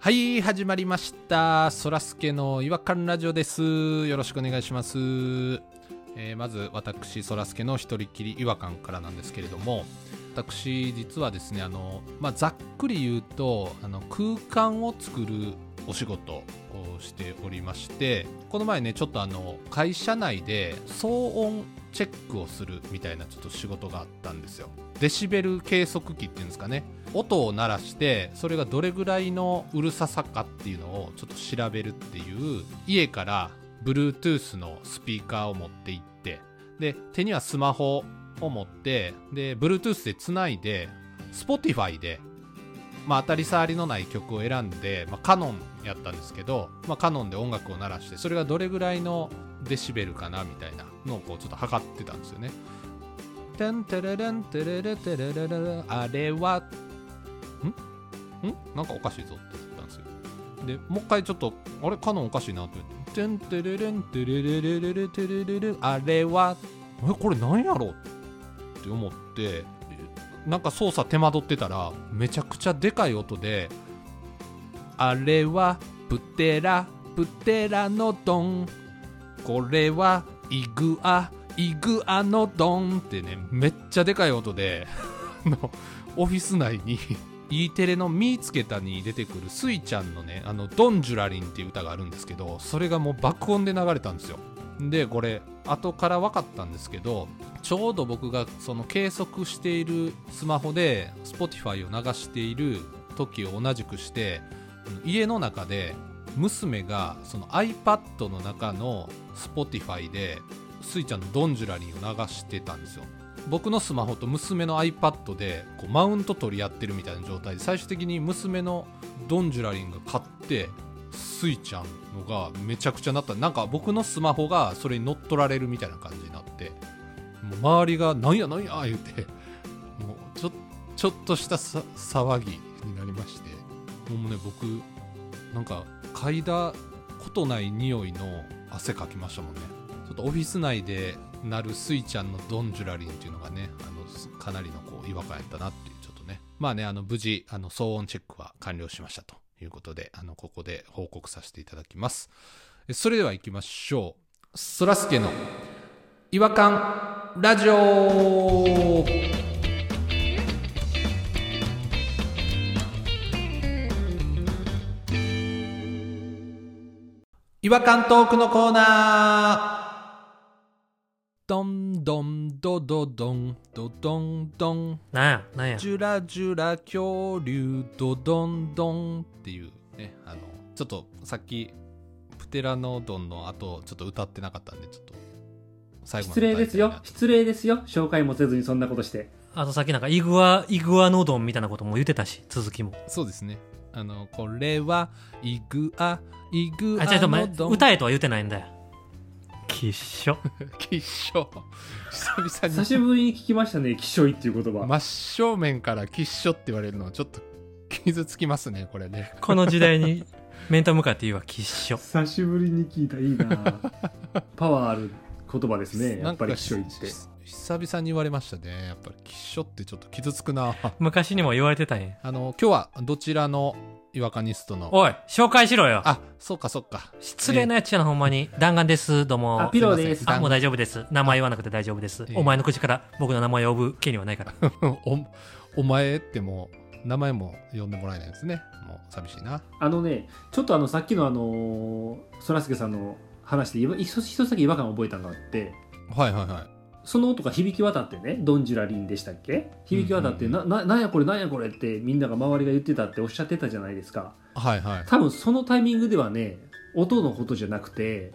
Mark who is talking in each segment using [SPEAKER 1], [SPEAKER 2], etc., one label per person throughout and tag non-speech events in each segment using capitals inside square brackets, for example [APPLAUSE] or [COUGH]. [SPEAKER 1] はい、始まりました。そらすけの違和感ラジオです。よろしくお願いします。えーまず、私、そらすけの一人っきり違和感からなんですけれども、私、実はですね、あの、まあ、ざっくり言うと、あの、空間を作るお仕事をしておりまして、この前ね、ちょっとあの、会社内で騒音チェックをするみたいなちょっと仕事があったんですよ。デシベル計測器っていうんですかね。音を鳴らしてそれがどれぐらいのうるささかっていうのをちょっと調べるっていう家から Bluetooth のスピーカーを持って行ってで手にはスマホを持ってで Bluetooth でつないで Spotify で、まあ、当たり障りのない曲を選んで、まあ、カノンやったんですけど、まあ、カノンで音楽を鳴らしてそれがどれぐらいのデシベルかなみたいなのをこうちょっと測ってたんですよね。てんてれれんてれれてれれれれあれはんなんかおかしいぞって言ったんですよでもう一回ちょっとあれカノンおかしいなと思って「てんてれれんてれれれれれてれれれあれはえこれなんやろ?」って思ってなんか操作手間取ってたらめちゃくちゃでかい音で「あれはプテラプテラのドンこれはイグアイグアのドン」ってねめっちゃでかい音であのオフィス内に E テレの「見つけた」に出てくるスイちゃんのね「あのドンジュラリン」っていう歌があるんですけどそれがもう爆音で流れたんですよでこれ後から分かったんですけどちょうど僕がその計測しているスマホで Spotify を流している時を同じくして家の中で娘がその iPad の中の Spotify でスイちゃんの「ドンジュラリン」を流してたんですよ僕のスマホと娘の iPad でこうマウント取り合ってるみたいな状態で最終的に娘のドンジュラリンが買ってスイちゃんのがめちゃくちゃなったなんか僕のスマホがそれに乗っ取られるみたいな感じになってもう周りが「なんやなんや」言うてもうちょちょっとしたさ騒ぎになりましてもうね僕なんか嗅いだことない匂いの汗かきましたもんねちょっとオフィス内で鳴るスイちゃんのドンジュラリンっていうのがねあのすかなりのこう違和感やったなっていうちょっとねまあねあの無事あの騒音チェックは完了しましたということであのここで報告させていただきますえそれでは行きましょうそらすけの違和感ラジオ違和感トークのコーナーどんどんどどどんどどんどん
[SPEAKER 2] なんやなんや
[SPEAKER 1] ジュラジュラ恐竜ドドンドンっていうねあのちょっとさっきプテラノドンの後ちょっと歌ってなかったんでちょっと最後ま
[SPEAKER 3] 失
[SPEAKER 1] で
[SPEAKER 3] 礼ですよ失礼ですよ紹介もせずにそんなことして
[SPEAKER 2] あとさっきなんかイグアイグアノドンみたいなことも言ってたし続きも
[SPEAKER 1] そうですねあのこれはイグアイグ
[SPEAKER 2] あ
[SPEAKER 1] ア
[SPEAKER 2] 違う違うお前
[SPEAKER 1] のドン
[SPEAKER 2] 歌えとは言ってないんだよきっしょ
[SPEAKER 1] きっしょ久々
[SPEAKER 3] 久
[SPEAKER 1] に
[SPEAKER 3] しぶりに聞きましたね「きしょい」っていう言葉、
[SPEAKER 1] 真正面からきっしょって言われるのはちょっと傷つきますねこれね
[SPEAKER 2] この時代
[SPEAKER 1] [LAUGHS]
[SPEAKER 2] に面と向かって言うわきっしょ
[SPEAKER 3] 久しぶりに聞いたいいな [LAUGHS] パワーある言葉ですねやっぱり「きしょい」って
[SPEAKER 1] 久々に言われましたねやっぱりきっしょってちょっと傷つくな [LAUGHS]
[SPEAKER 2] 昔にも言われてたんや
[SPEAKER 1] あの今日はどちらの違和感ニストの
[SPEAKER 2] おい紹介しろよ
[SPEAKER 1] あそうかそうか
[SPEAKER 2] 失礼なやつやなほんまに弾丸ですどうも
[SPEAKER 3] あピローです
[SPEAKER 1] いません
[SPEAKER 2] あもう大丈夫です名前言わなくて大丈夫です
[SPEAKER 1] ええ
[SPEAKER 2] お前の口から僕の名前を呼ぶ権利はないから
[SPEAKER 1] おお前ってもう名前も呼んでもらえないですねもう寂しいな
[SPEAKER 3] あのねちょっとあのさっきのあのーそらすけさんの話でいわ一つ一つだけ違和感を覚えたのがあって
[SPEAKER 1] はいはいはい
[SPEAKER 3] その音が響き渡ってねドンジュラリンでしたっけ響き渡って、
[SPEAKER 1] うんう
[SPEAKER 3] なななんやこれなんやこれってみんなが周りが言ってたっておっしゃってたじゃないですか
[SPEAKER 1] はい
[SPEAKER 3] [LAUGHS]
[SPEAKER 1] はい
[SPEAKER 3] 多分そのタイミングではね音のことじゃなくて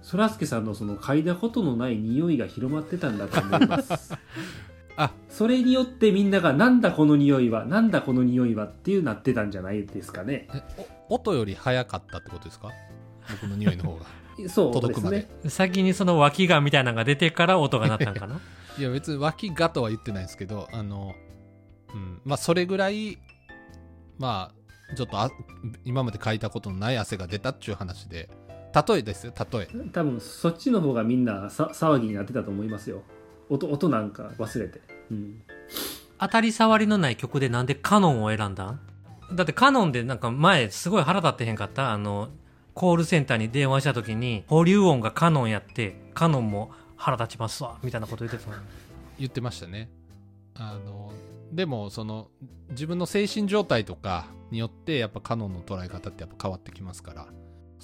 [SPEAKER 3] そらすけさんのその嗅いだことのない匂いが広まってたんだと思います
[SPEAKER 1] [LAUGHS] あ
[SPEAKER 3] それによってみんながなんだこの匂いはなんだこの匂いはっていうなってたんじゃないですかね
[SPEAKER 1] えお音より早かったってことですか僕の匂いの方が
[SPEAKER 3] そう
[SPEAKER 1] 届
[SPEAKER 3] で
[SPEAKER 1] く
[SPEAKER 3] す
[SPEAKER 1] まで
[SPEAKER 3] ね
[SPEAKER 2] 先にその脇がみたいなのが出てから音が鳴ったんかな
[SPEAKER 1] いや別に脇がとは言ってないですけどあの、うん、まあそれぐらいまあちょっとあ今まで書いたことのない汗が出たっちゅう話で例えですよ例え
[SPEAKER 3] 多分そっちの方がみんなさ騒ぎになってたと思いますよ音音なんか忘れて、うん、
[SPEAKER 2] 当たり障りのない曲でなんでカノンを選んだんだってカノンでなんか前すごい腹立ってへんかったあの、コールセンターに電話した時に、保留音がカノンやって、カノンも腹立ちますわ、みたいなこと言ってたの。
[SPEAKER 1] 言ってましたねあのでもその自分の精神状態とかによってやっぱカノンの捉え方ってやっぱ変わってきますから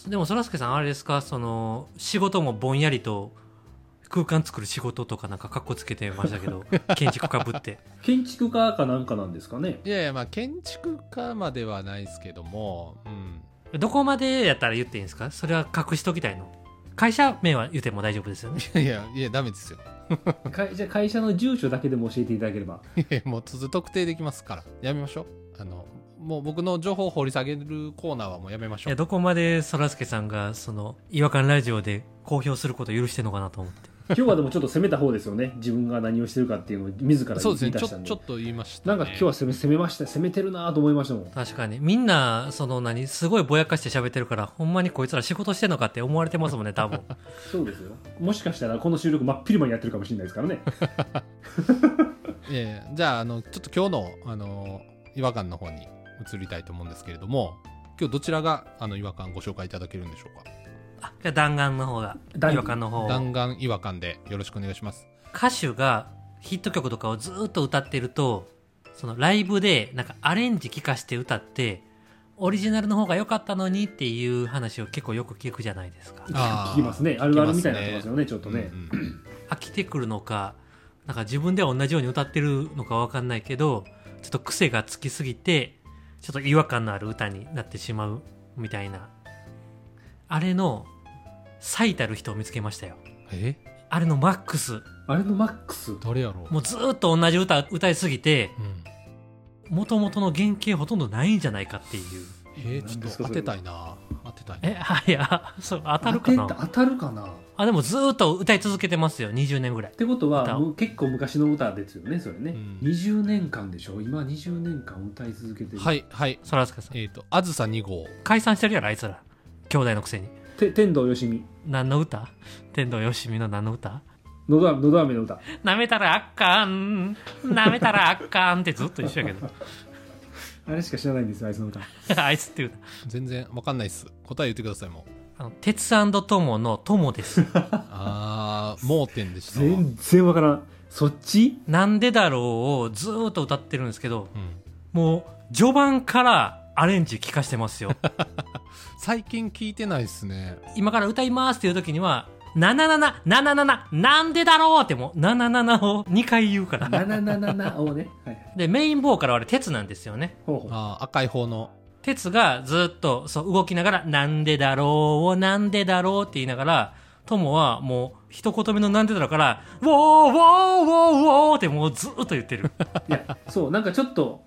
[SPEAKER 2] でも、そらすけさん、あれですか、その、仕事もぼんやりと、空間作る仕事とかなんかカッコつけてましたけど、建築かぶって。
[SPEAKER 3] 建築家かなんかなんですかね
[SPEAKER 1] いやいやまあ建築家まではないですけども、うん、
[SPEAKER 2] どこまでやったら言っていいんですかそれは隠しときたいの。会社名は言っても大丈夫ですよね。
[SPEAKER 1] いやいやいやダメですよ
[SPEAKER 3] かじゃあ会社の住所だけでも教えていただければ
[SPEAKER 1] いやいやもうつづ特定できますからやめましょうあのもう僕の情報を掘り下げるコーナーはもうやめまし
[SPEAKER 2] い
[SPEAKER 1] ょう
[SPEAKER 2] や、どこまでそらすけさんが、その、違和感ラジオで公表することを許してんのかなと思って。
[SPEAKER 3] 今日はでもちょっと攻めた方ですよね自分が何をしてるかっていうのを自ら
[SPEAKER 1] そ
[SPEAKER 3] 言
[SPEAKER 1] う
[SPEAKER 3] い
[SPEAKER 1] ですね
[SPEAKER 3] 出
[SPEAKER 1] ちょ
[SPEAKER 3] したんで
[SPEAKER 1] ちょっと言いました、
[SPEAKER 3] な
[SPEAKER 1] ね、
[SPEAKER 3] んか今日は攻め攻めました攻めてるなと思いましたもん
[SPEAKER 2] 確かに。みんな、その何、すごいぼやかして喋ってるから、ほんまにこいつら仕事してんのかって思われてますもんね、多 [LAUGHS] 分。
[SPEAKER 3] そうですよもしかしたらこの収録真っ昼間にやってるかもしれないですからね
[SPEAKER 1] ええじゃああのちょっと今日のあの違和感の方に移りたいと思うんですけれども今日どちらがあの違和感ご紹介いただけるんでしょうか
[SPEAKER 2] あ、じゃあ弾丸の方が、
[SPEAKER 3] 弾
[SPEAKER 2] 違和感の方
[SPEAKER 1] 弾丸違和感でよろしくお願いします
[SPEAKER 2] 歌手がヒット曲とかをずーっと歌ってると、そのライブでなんかアレンジ聞かして歌って、オリジナルの方が良かったのにっていう話を結構よく聞くじゃないですか。
[SPEAKER 1] あー
[SPEAKER 3] 聞きますねあるあるみたいになってますよねちょっとね、
[SPEAKER 1] うんうん
[SPEAKER 2] 飽きてくるのか、なんか自分では同じように歌ってるのかわかんないけど、ちょっと癖がつきすぎて、ちょっと違和感のある歌になってしまうみたいな。あれの最たる人を見つけましたよ。
[SPEAKER 1] え
[SPEAKER 2] あれのマックス。
[SPEAKER 3] あれのマックス
[SPEAKER 1] 誰やろう、
[SPEAKER 2] もうずーっと同じ歌歌いすぎて、
[SPEAKER 1] うん、
[SPEAKER 2] 元々の原型ほとんどないんじゃないかっていう。
[SPEAKER 1] えー、ち
[SPEAKER 3] 何
[SPEAKER 1] ょ
[SPEAKER 3] で
[SPEAKER 1] っ
[SPEAKER 3] す
[SPEAKER 1] と当
[SPEAKER 3] かそれ
[SPEAKER 1] てたいな当てたいな
[SPEAKER 2] え、はいや、そう、当たるか
[SPEAKER 3] 当て
[SPEAKER 2] な
[SPEAKER 3] た当たるかなっ
[SPEAKER 2] あ、でもずーっと歌い続けてますよ、20年ぐらい。
[SPEAKER 3] てこと
[SPEAKER 2] 歌
[SPEAKER 3] はもう結構昔の歌ですよねそれね、
[SPEAKER 1] うん
[SPEAKER 3] 20年間でしょ今20年間歌い続けてる、
[SPEAKER 1] はいはい
[SPEAKER 2] そらすけさん。
[SPEAKER 1] えっ、とあずさ2号
[SPEAKER 2] 解散してるやろ、あいつら。兄弟のくせに。
[SPEAKER 3] て天童よしみ
[SPEAKER 2] 何の歌天童よしみの何の歌
[SPEAKER 3] のどあのど飴の歌
[SPEAKER 2] 舐めたらあかん舐めたらあかんってずっと一緒やけど [LAUGHS]
[SPEAKER 3] あれしか知らないんですよあいつの歌
[SPEAKER 2] あいつっていう
[SPEAKER 1] 全然わかんないっす答え言ってくださいもう
[SPEAKER 2] あの鉄友の友です
[SPEAKER 1] あー盲点でしたわ
[SPEAKER 3] 全然わからんそっち
[SPEAKER 2] なんでだろうをずーっと歌ってるんですけど
[SPEAKER 1] うん
[SPEAKER 2] もう序盤からアレンジ聞かしてますよ
[SPEAKER 1] 最近聞いてないっすね
[SPEAKER 2] 今から歌いますっていう時には7777なんでだろうってもう77を2回言うから
[SPEAKER 3] なななななをね、はい、
[SPEAKER 2] でメインボーカルはあれ鉄なんですよね
[SPEAKER 3] ほうほう
[SPEAKER 1] あー赤い方の
[SPEAKER 2] 鉄がずっとそう動きながら、なんでだろうを、なんでだろうって言いながら、友はもう一言目のなんでだろうから、ウォーウォーウォーウォーってもうずっと言って
[SPEAKER 3] [LAUGHS]
[SPEAKER 2] る。
[SPEAKER 3] いやそうなんかちょっと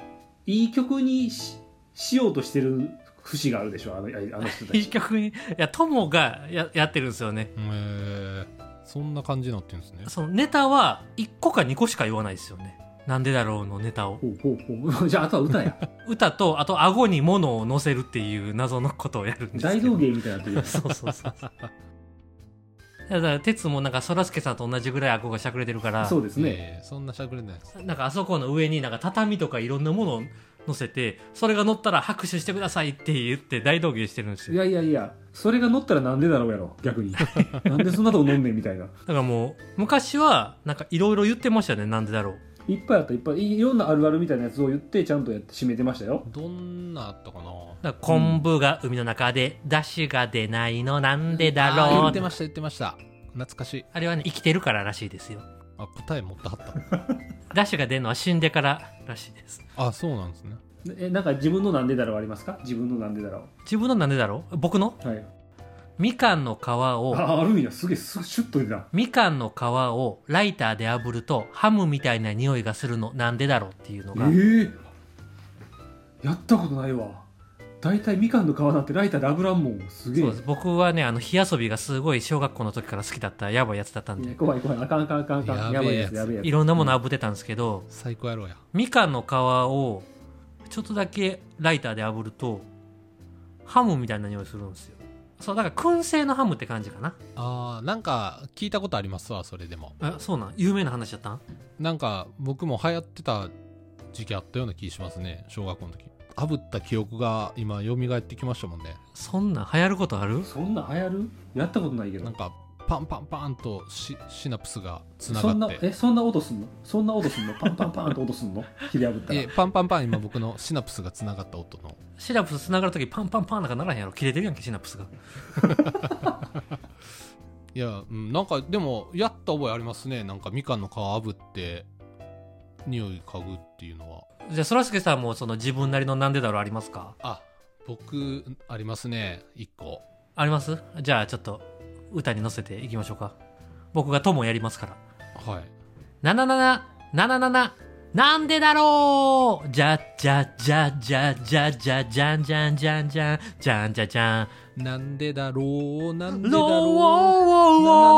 [SPEAKER 3] いい曲にししようとしてる節があるでしょあのああの人た
[SPEAKER 2] い
[SPEAKER 1] [LAUGHS]
[SPEAKER 2] い
[SPEAKER 3] ち
[SPEAKER 2] 曲に、いや、友がややってるんですよね。
[SPEAKER 1] へーそんな感じになってるんですね
[SPEAKER 2] そのネタは1個か2個しか言わないですよね。なんでだろうのネタを。
[SPEAKER 3] ほうほうほう [LAUGHS] じゃああとは
[SPEAKER 1] [LAUGHS]
[SPEAKER 3] 歌や
[SPEAKER 2] 歌と、あと顎に物を乗せるっていう謎のことをやるんですけ
[SPEAKER 3] 大
[SPEAKER 2] ど
[SPEAKER 3] 道芸みたいになってるやつ
[SPEAKER 2] そうそうそうそう。だから、鉄もなんか、そらすけさんと同じぐらい顎がしゃくれてるから、
[SPEAKER 3] そうです
[SPEAKER 1] え
[SPEAKER 3] ね、
[SPEAKER 1] ーそんなしゃくれないです
[SPEAKER 2] なんかあそこの上になんか畳とかいろんなものを乗せて、それが乗ったら拍手してくださいって言って大道芸してるんです
[SPEAKER 3] い
[SPEAKER 2] よ。
[SPEAKER 3] やいやいやそれが乗ったらなんでだろうやろ
[SPEAKER 1] [LAUGHS]
[SPEAKER 3] 逆になんでそんなとこ飲んねんみたいな
[SPEAKER 2] だからもう、昔はなんかいろいろ言ってましたよね、なんでだろう。
[SPEAKER 3] いっぱいあったいっぱいいいろんなあるあるみたいなやつを言ってちゃんとやって締めてましたよ
[SPEAKER 1] どんなあったかな
[SPEAKER 2] だから昆布が海の中で、出汁が出ないのなんでだ
[SPEAKER 1] あー
[SPEAKER 2] ろ
[SPEAKER 1] 言
[SPEAKER 2] う
[SPEAKER 1] ってました言ってました懐かしい
[SPEAKER 2] あれはね、生きてるかららしいですよ。
[SPEAKER 1] あ答え持ってはった
[SPEAKER 3] [LAUGHS]
[SPEAKER 2] 出汁が出るのは死んでかららしいです。
[SPEAKER 1] あそうなんですね
[SPEAKER 3] えなんか自分のなんでだろうありますか自分のなんでだろ
[SPEAKER 2] 自分のなんでだろう僕の
[SPEAKER 3] うはい
[SPEAKER 2] みかんの皮を、
[SPEAKER 3] ああるんやすげえすシュッと出た
[SPEAKER 2] みかんの皮をライターで炙るとハムみたいな匂いがするのなんでだろうっていうの
[SPEAKER 3] ええ
[SPEAKER 2] が。
[SPEAKER 3] やったことないわ大体みかんの皮なんてライターで炙らんもんすげえ
[SPEAKER 2] そうです僕はねあの火遊びがすごい小学校の時から好きだったやばいやつだったん
[SPEAKER 3] い
[SPEAKER 2] で
[SPEAKER 3] や怖い怖いあかんあかんあかんあかん
[SPEAKER 1] や
[SPEAKER 3] や
[SPEAKER 1] べ
[SPEAKER 3] ば
[SPEAKER 1] え
[SPEAKER 3] い
[SPEAKER 1] や
[SPEAKER 3] や
[SPEAKER 1] つ
[SPEAKER 3] つやべえやつ
[SPEAKER 2] いろんなもの炙ってたんですけど、
[SPEAKER 1] 最高やろうや
[SPEAKER 2] みかんの皮をちょっとだけライターで炙るとハムみたいな匂いするんですよそうだから燻製のハムって感じかな
[SPEAKER 1] あーなんか聞いたことありますわそれでも
[SPEAKER 2] あそうなん有名な話だったん
[SPEAKER 1] なんか僕も流行ってた時期あったような気しますね小学校の時炙った記憶が今蘇ってきましたもんね
[SPEAKER 2] そんなん流行ることある
[SPEAKER 3] そんな流行るやったことないけど
[SPEAKER 1] なんかパンパンパンとシシナプスがつな
[SPEAKER 3] そん
[SPEAKER 1] が
[SPEAKER 3] な
[SPEAKER 1] って
[SPEAKER 3] えそんな音すんのそんな音すんのパンパンパンって音す
[SPEAKER 1] [LAUGHS]
[SPEAKER 3] んの切り破った
[SPEAKER 1] い
[SPEAKER 3] ら
[SPEAKER 1] えパンパンパン今僕のシナプスがつながった音の
[SPEAKER 2] シナプス繋がるときパンパンパンなんかならへんやろ切れてるやんけシナプスが
[SPEAKER 1] いや、うん、なんかでもやった覚えありますねなんかみかんの皮炙って匂い嗅ぐっていうのは
[SPEAKER 2] じゃあそらすけさんもその自分なりのなんでだろうありますか
[SPEAKER 1] あ僕ありますね1個
[SPEAKER 2] ありますじゃあちょっと歌に乗せていきましょうか僕が友やりますから
[SPEAKER 1] はい
[SPEAKER 2] なななな、なななな、なんでだろうじゃじゃじゃじゃじゃじゃじゃんじゃんじゃんじゃんじゃんじゃじゃん。
[SPEAKER 1] なんでだろうなんでだ
[SPEAKER 2] ロー
[SPEAKER 1] ろ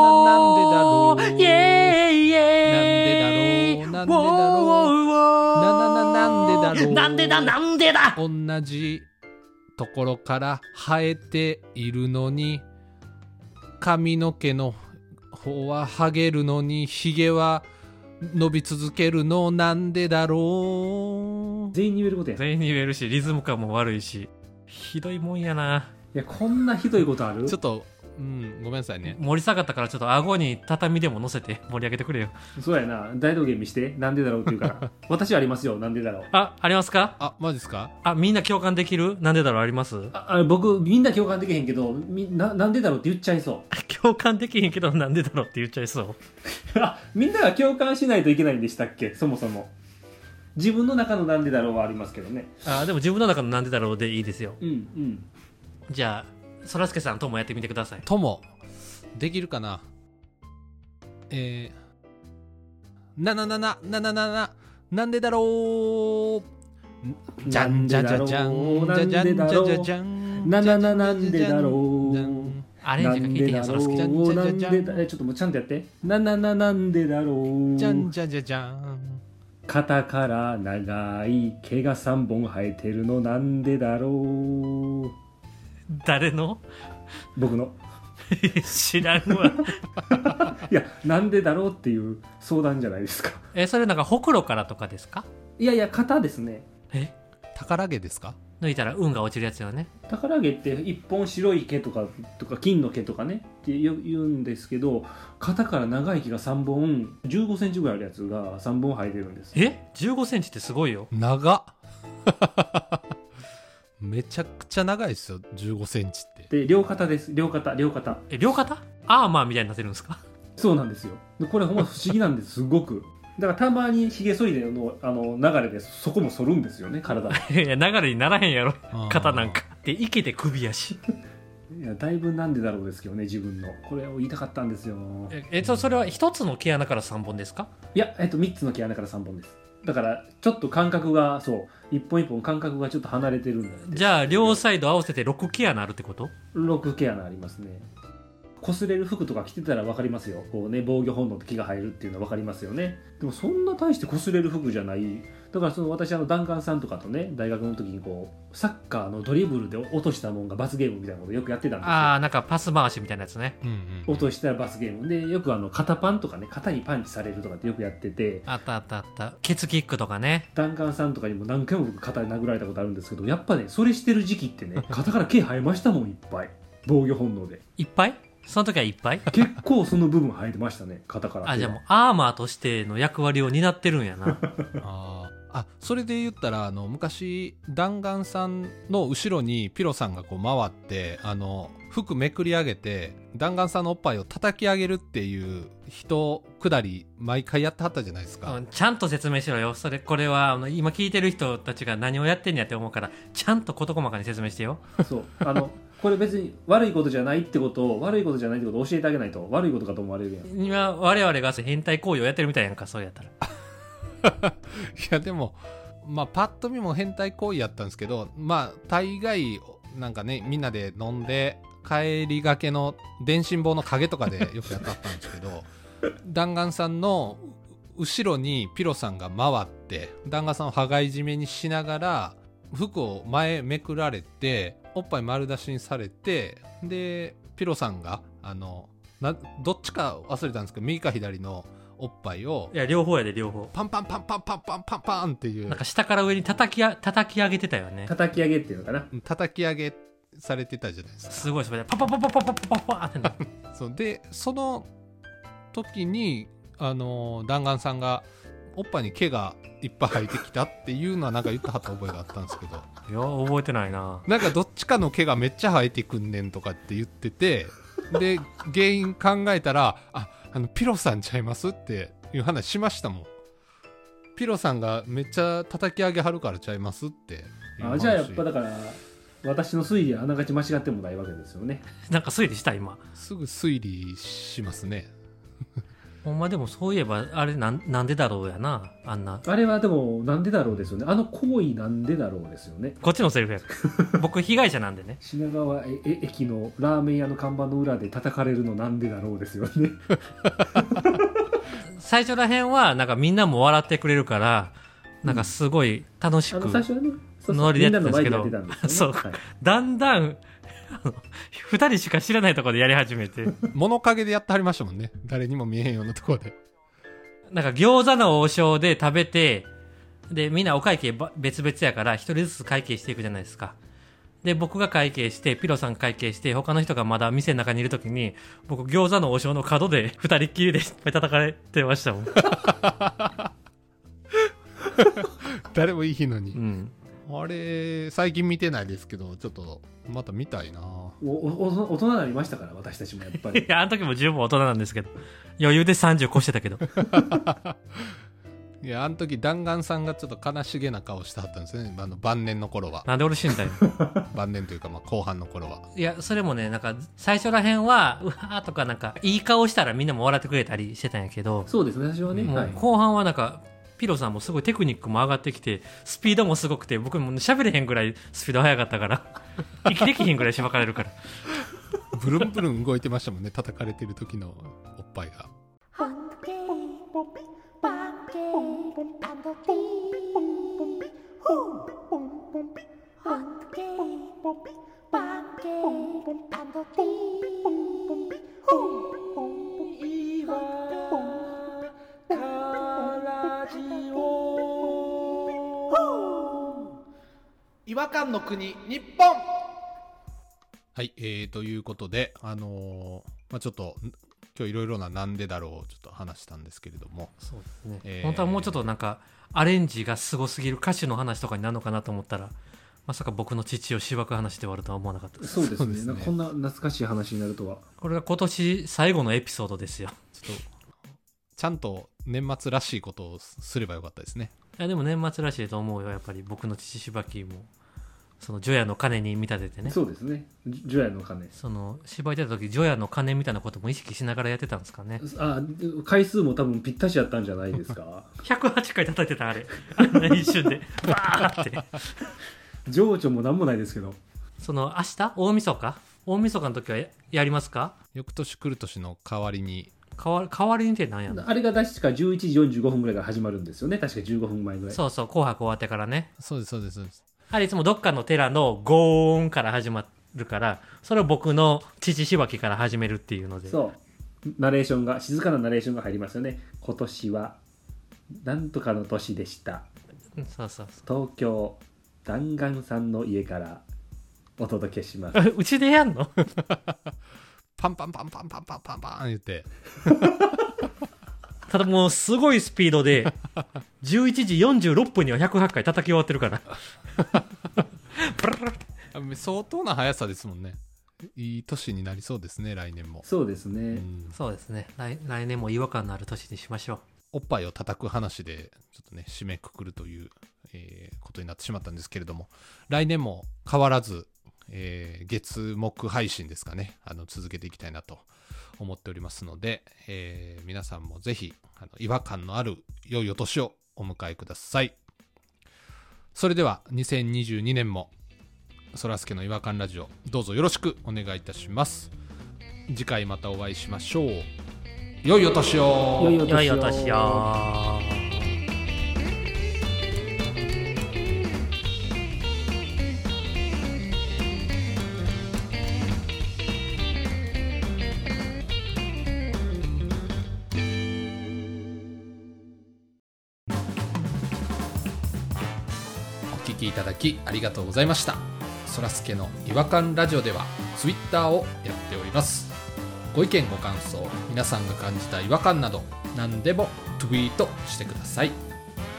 [SPEAKER 1] ななななんでだろう
[SPEAKER 2] おーおーおーイェーイイェーイ
[SPEAKER 1] なんでだろうなんでだろう
[SPEAKER 2] おーおーおー
[SPEAKER 1] ななななんでだろう
[SPEAKER 2] なんでだなんでだ
[SPEAKER 1] う同じところから生えているのに髪の毛の方ははげるのにひげは伸び続けるのなんでだろう
[SPEAKER 3] 全員に言えることやんい
[SPEAKER 2] 全員に言えるし、リズム感も悪いし、ひどいもんやな。
[SPEAKER 3] やこんなひどいことある
[SPEAKER 1] ちょっとうんごめんなさいね
[SPEAKER 2] 盛り下がったからちょっと顎に畳でも乗せて盛り上げてくれよ。
[SPEAKER 3] そうやな大道芸見してなんでだろうって言うから
[SPEAKER 1] [LAUGHS]
[SPEAKER 3] 私はありますよなんでだろう
[SPEAKER 2] あ、ありますか
[SPEAKER 1] あマジですか
[SPEAKER 2] あ、みんな共感できるなんでだろうあります
[SPEAKER 3] ああ僕みんな共感できへんけどみななんでだろうって言っちゃいそう
[SPEAKER 2] [LAUGHS] 共感できへんけどなんでだろうって言っちゃいそう
[SPEAKER 3] [LAUGHS] あみんなが共感しないといけないんでしたっけそもそも自分の中のなんでだろうはありますけどね
[SPEAKER 2] あーでも自分の中のなんでだろうでいいですよ
[SPEAKER 3] うんうん
[SPEAKER 2] じゃあそらすけさんともやってみてください
[SPEAKER 1] ともできるかなえー、なななななななななんでだろうじゃんじゃじゃじゃんじゃじゃんじゃじゃじゃん
[SPEAKER 3] ななななんでだろう
[SPEAKER 1] じゃん
[SPEAKER 2] ア
[SPEAKER 3] ア
[SPEAKER 2] レンジが効いてへんそ
[SPEAKER 3] そ
[SPEAKER 2] ら
[SPEAKER 3] ら
[SPEAKER 2] すけ
[SPEAKER 3] すけ
[SPEAKER 2] ち
[SPEAKER 3] ち
[SPEAKER 2] ゃ
[SPEAKER 3] ゃ
[SPEAKER 2] ん
[SPEAKER 1] ん
[SPEAKER 3] ん
[SPEAKER 1] じゃ
[SPEAKER 3] じ
[SPEAKER 1] じゃじゃん
[SPEAKER 3] ゃんじゃんえちょっともうちゃんとやってななななんでだろう
[SPEAKER 1] じゃんじゃじゃじゃん
[SPEAKER 3] 肩から長い毛が3本生えてるのなんでだろう
[SPEAKER 2] 誰の [LAUGHS]
[SPEAKER 3] 僕の
[SPEAKER 2] 知らんわ
[SPEAKER 3] いやなんでだろうっていう相談じゃないですか
[SPEAKER 2] [LAUGHS] えそれなんかほくろからとかですか
[SPEAKER 3] いやいや肩ですね
[SPEAKER 2] え
[SPEAKER 1] 宝毛ですか
[SPEAKER 2] 抜いたら運が落ちるやつよね
[SPEAKER 3] 宝毛って一本白い毛とかとか金の毛とかねってよ言うんですけど肩から長い毛が3本1 5センチぐらいあるやつが3本生えてるんです
[SPEAKER 2] え1 5ンチってすごいよ
[SPEAKER 1] 長っ [LAUGHS] めちゃくちゃ長いですよ1 5センチって
[SPEAKER 3] で両肩です両肩両肩
[SPEAKER 2] え両肩アーマーみたいになってるんですか [LAUGHS]
[SPEAKER 3] そうなんですよでこれほんま不思議なんですすごくだからたまにひげ剃りでのあの流れでそこも剃るんですよね体い
[SPEAKER 2] いや流れにならへんやろ
[SPEAKER 1] あー
[SPEAKER 2] 肩なんかで生けて首やし
[SPEAKER 3] やだいぶなんでだろうですけどね自分のこれを言いたかったんですよ
[SPEAKER 2] ええとそれは一つの毛穴から3本ですか
[SPEAKER 3] いや、えっと、3つの毛穴から3本ですだからちょっと感覚がそう一本一本感覚がちょっと離れてるんだよね
[SPEAKER 2] じゃあ両サイド合わせて6毛穴あるってこと
[SPEAKER 3] 6毛穴ありますね擦れる服とか着てたら分かりますよこうね防御本能と毛が生えるっていうのは分かりますよねでもそんな大して擦れる服じゃないだからその私あのダンカンさんとかとね大学の時にこうサッカーのドリブルで落としたもんが罰ゲームみたいなことよくやってたんですよ
[SPEAKER 2] ああなんかパス回しみたいなやつね
[SPEAKER 1] うんうんうん
[SPEAKER 3] 落としたら罰ゲームでよくあの肩パンとかね肩にパンチされるとかってよくやってて
[SPEAKER 2] あったあったあったケツキックとかね
[SPEAKER 3] ダンカンさんとかにも何回も僕肩殴られたことあるんですけどやっぱねそれしてる時期ってね肩から毛生えましたもんいっぱい防御本能で
[SPEAKER 2] いっぱいその時はいっぱい
[SPEAKER 3] 結構その部分生えてましたね肩から
[SPEAKER 2] あじゃあもうアーマーとしての役割を担ってるんやな
[SPEAKER 1] あーあそれで言ったらあの昔弾丸さんの後ろにピロさんがこう回ってあの服めくり上げて弾丸さんのおっぱいを叩き上げるっていう人下り毎回やってはったじゃないですか、
[SPEAKER 2] うんちゃんと説明しろよそれこれはあの今聞いてる人たちが何をやってんやって思うからちゃんと事細かに説明してよ
[SPEAKER 3] そうあのこれ別に悪いことじゃないってことを悪いことじゃないってことを教えてあげないと悪いことかと思われるやん
[SPEAKER 2] 今我々が変態行為をやってるみたいやんかそうやったら
[SPEAKER 1] [LAUGHS] いやでもまあパッと見も変態行為やったんですけどまあ大概なんかねみんなで飲んで帰りがけの電信棒の影とかでよくやってはったんですけど弾丸さんの後ろにピロさんが回って弾丸さんを羽交い締めにしながら服を前めくられておっぱい丸出しにされてでピロさんがあのなどっちか忘れたんですけど右か左のおっぱいを
[SPEAKER 2] いや両方やで両方
[SPEAKER 1] パンパンパンパンパンパンパンパンっていう
[SPEAKER 2] なんか下から上に叩きあ叩き上げてたよね
[SPEAKER 3] 叩き上げっていうのかな
[SPEAKER 1] うん叩き上げされてたじゃないですか
[SPEAKER 2] すごいそれでパパパパパパパパパってな
[SPEAKER 1] そうでその時にあの弾丸さんがおっぱいに毛がいっぱい生えてきたっていうのはなんか言ったはった覚えがあったんですけど [LAUGHS]
[SPEAKER 2] いや覚えてないな
[SPEAKER 1] なんかどっちかの毛がめっちゃ生えてくんねんとかって言っててで原因考えたらああのピロさんちゃいますっていう話しましたもんピロさんがめっちゃ叩き上げはるからちゃいますっていう話
[SPEAKER 3] あじゃあやっぱだから私の推理はあながち間違ってもないわけですよね
[SPEAKER 2] なんか推理した今
[SPEAKER 1] すぐ推理しますね
[SPEAKER 2] ほんまでもそういえばあれなんなんでだろうやなあんな
[SPEAKER 3] あれはでもなんでだろうですよねあの行為なんでだろうですよね
[SPEAKER 2] こっちのセリフや [LAUGHS] 僕被害者なんでね
[SPEAKER 3] 品川ええ駅のラーメン屋の看板の裏で叩かれるのなんでだろうですよね
[SPEAKER 2] 最初らへんはなんかみんなも笑ってくれるからなんかすごい楽し
[SPEAKER 3] あ
[SPEAKER 2] く、
[SPEAKER 3] の最初はねそうそう
[SPEAKER 2] ノリで
[SPEAKER 3] み
[SPEAKER 2] や
[SPEAKER 3] んな
[SPEAKER 2] ってた
[SPEAKER 3] の
[SPEAKER 2] んですけ
[SPEAKER 3] 前で
[SPEAKER 2] ど
[SPEAKER 3] やってたんですよねはい
[SPEAKER 2] だんだん [LAUGHS] あの二人しか知らないところでやり始めて
[SPEAKER 1] 物陰でやってはりましたもんね誰にも見えへんようなところで [LAUGHS]
[SPEAKER 2] なんか餃子の王将で食べてでみんなお会計ば別々やから一人ずつ会計していくじゃないですかで僕が会計してピロさん会計して他の人がまだ店の中にいるときに僕餃子の王将の角で二人っきりでいっぱい叩かれてましたも
[SPEAKER 3] [LAUGHS]
[SPEAKER 2] ん、
[SPEAKER 1] 誰もいい日の
[SPEAKER 2] う
[SPEAKER 1] に、
[SPEAKER 2] ん、
[SPEAKER 1] あれ最近見てないですけどちょっとまた見たいな
[SPEAKER 3] おおお大人になりましたから私たちもやっぱ
[SPEAKER 2] い
[SPEAKER 3] り
[SPEAKER 2] や、あの時も十分大人なんですけど。余裕で30越してたけど。
[SPEAKER 1] いやあの時弾丸さんがちょっと悲しげな顔してはったんですよねあの晩年の頃は [LAUGHS]
[SPEAKER 2] なんで俺死んだよ。
[SPEAKER 1] 晩年というかまあ後半の頃は、
[SPEAKER 2] いや、それもね、なんか、最初らへんは、うわーとかなんか、いい顔したらみんなも笑ってくれたりしてたんやけど、
[SPEAKER 3] そうですね最初はね、
[SPEAKER 2] も
[SPEAKER 3] は
[SPEAKER 2] う
[SPEAKER 3] い、
[SPEAKER 2] 後半はなんか、ピロさんもすごいテクニックも上がってきて、スピードもすごくて、僕も喋れへんぐらいスピード速かったから、 [LAUGHS] 息できへんぐらいしばかれるから。
[SPEAKER 1] ブルンブルン動いてましたもんね叩かれてる時のおっぱいが
[SPEAKER 4] Hunky,
[SPEAKER 5] 違和感の国日本
[SPEAKER 1] はいえー、ということであのーまあちょっとん今日いろいろな「なんでだろう」をちょっと話したんですけれども
[SPEAKER 2] そうですね。
[SPEAKER 1] えー
[SPEAKER 2] 本当はもうちょっとなんか、アレンジがすごすぎる歌手の話とかになるのかなと思ったら、まさか僕の父をしばく話で終わるとは思わなかったです。
[SPEAKER 3] そうです
[SPEAKER 1] そう
[SPEAKER 3] ね
[SPEAKER 1] ですね
[SPEAKER 3] なんかこんな懐かしい話になるとは
[SPEAKER 2] これが今年最後のエピソードですよ。
[SPEAKER 1] ちょっとちゃんと年末らしいことをすすればよかったですね
[SPEAKER 2] いやでも年末らしいと思うよ、やっぱり僕の父しばきも、その除夜の鐘に見立ててね、そ
[SPEAKER 3] そうですねジュジュヤの鐘
[SPEAKER 2] の芝居出た時除夜の鐘みたいなことも意識しながらやってたんですかね。
[SPEAKER 3] あ回数も多分ぴったしやったんじゃないですか
[SPEAKER 2] 108回叩いてた、あれ。あんな一 [LAUGHS] 瞬で、バーって。
[SPEAKER 3] 情緒も何もないですけど
[SPEAKER 2] その明日大晦日大晦日の時はややりますか
[SPEAKER 1] 翌年来る年の代わりに
[SPEAKER 2] 代わ代わりにってなんやの
[SPEAKER 3] あれが確か11時45分ぐらいから始まるんですよね確か15分前ぐらい
[SPEAKER 2] そうそう、紅白終わってからね。
[SPEAKER 1] そうですそうですそうです
[SPEAKER 2] あれいつもどっかの寺のゴーンから始まるから、それを僕の父しばきから始めるっていうので。
[SPEAKER 3] そうナレーションが静かなナレーションが入りますよね今年はなんとかの年でした
[SPEAKER 2] うんそうそう
[SPEAKER 3] 東京弾丸さんの家からお届けし
[SPEAKER 2] [LAUGHS]
[SPEAKER 3] ます
[SPEAKER 2] そう。うちでやんの
[SPEAKER 1] パンパンパンパンパンパンパンパン言って
[SPEAKER 2] ただもうすごいスピード [LAUGHS] で11時46分には108回叩き終わってるからブルルル
[SPEAKER 1] あ相当な速さですもんねいい年になりそうですね来年も、
[SPEAKER 3] そうですね、
[SPEAKER 1] うん
[SPEAKER 2] そうですね来来年も違和感のある年にしましょう
[SPEAKER 1] おっぱいを叩く話でちょっとね締めくくるという、えーことになってしまったんですけれども来年も変わらず、えー月木配信ですかねあの続けていきたいなと思っておりますので、えー皆さんもぜひあの違和感のある良いお年をお迎えくださいそれでは2022年もそらすけの違和感ラジオどうぞよろしくお願いいたします次回またお会いしましょう良いお年を
[SPEAKER 3] 良いお
[SPEAKER 2] 良
[SPEAKER 3] 年
[SPEAKER 2] い
[SPEAKER 3] を
[SPEAKER 2] お年を
[SPEAKER 1] 聞きいただきありがとうございましたそらすけの違和感ラジオではツイッターをやっておりますご意見ご感想皆さんが感じた違和感など何でもツイートしてください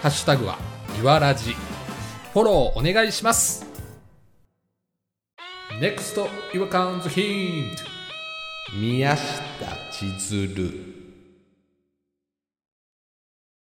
[SPEAKER 1] ハッシュタグはいわらじフォローお願いします NEXT 違和感ズヒント宮下千鶴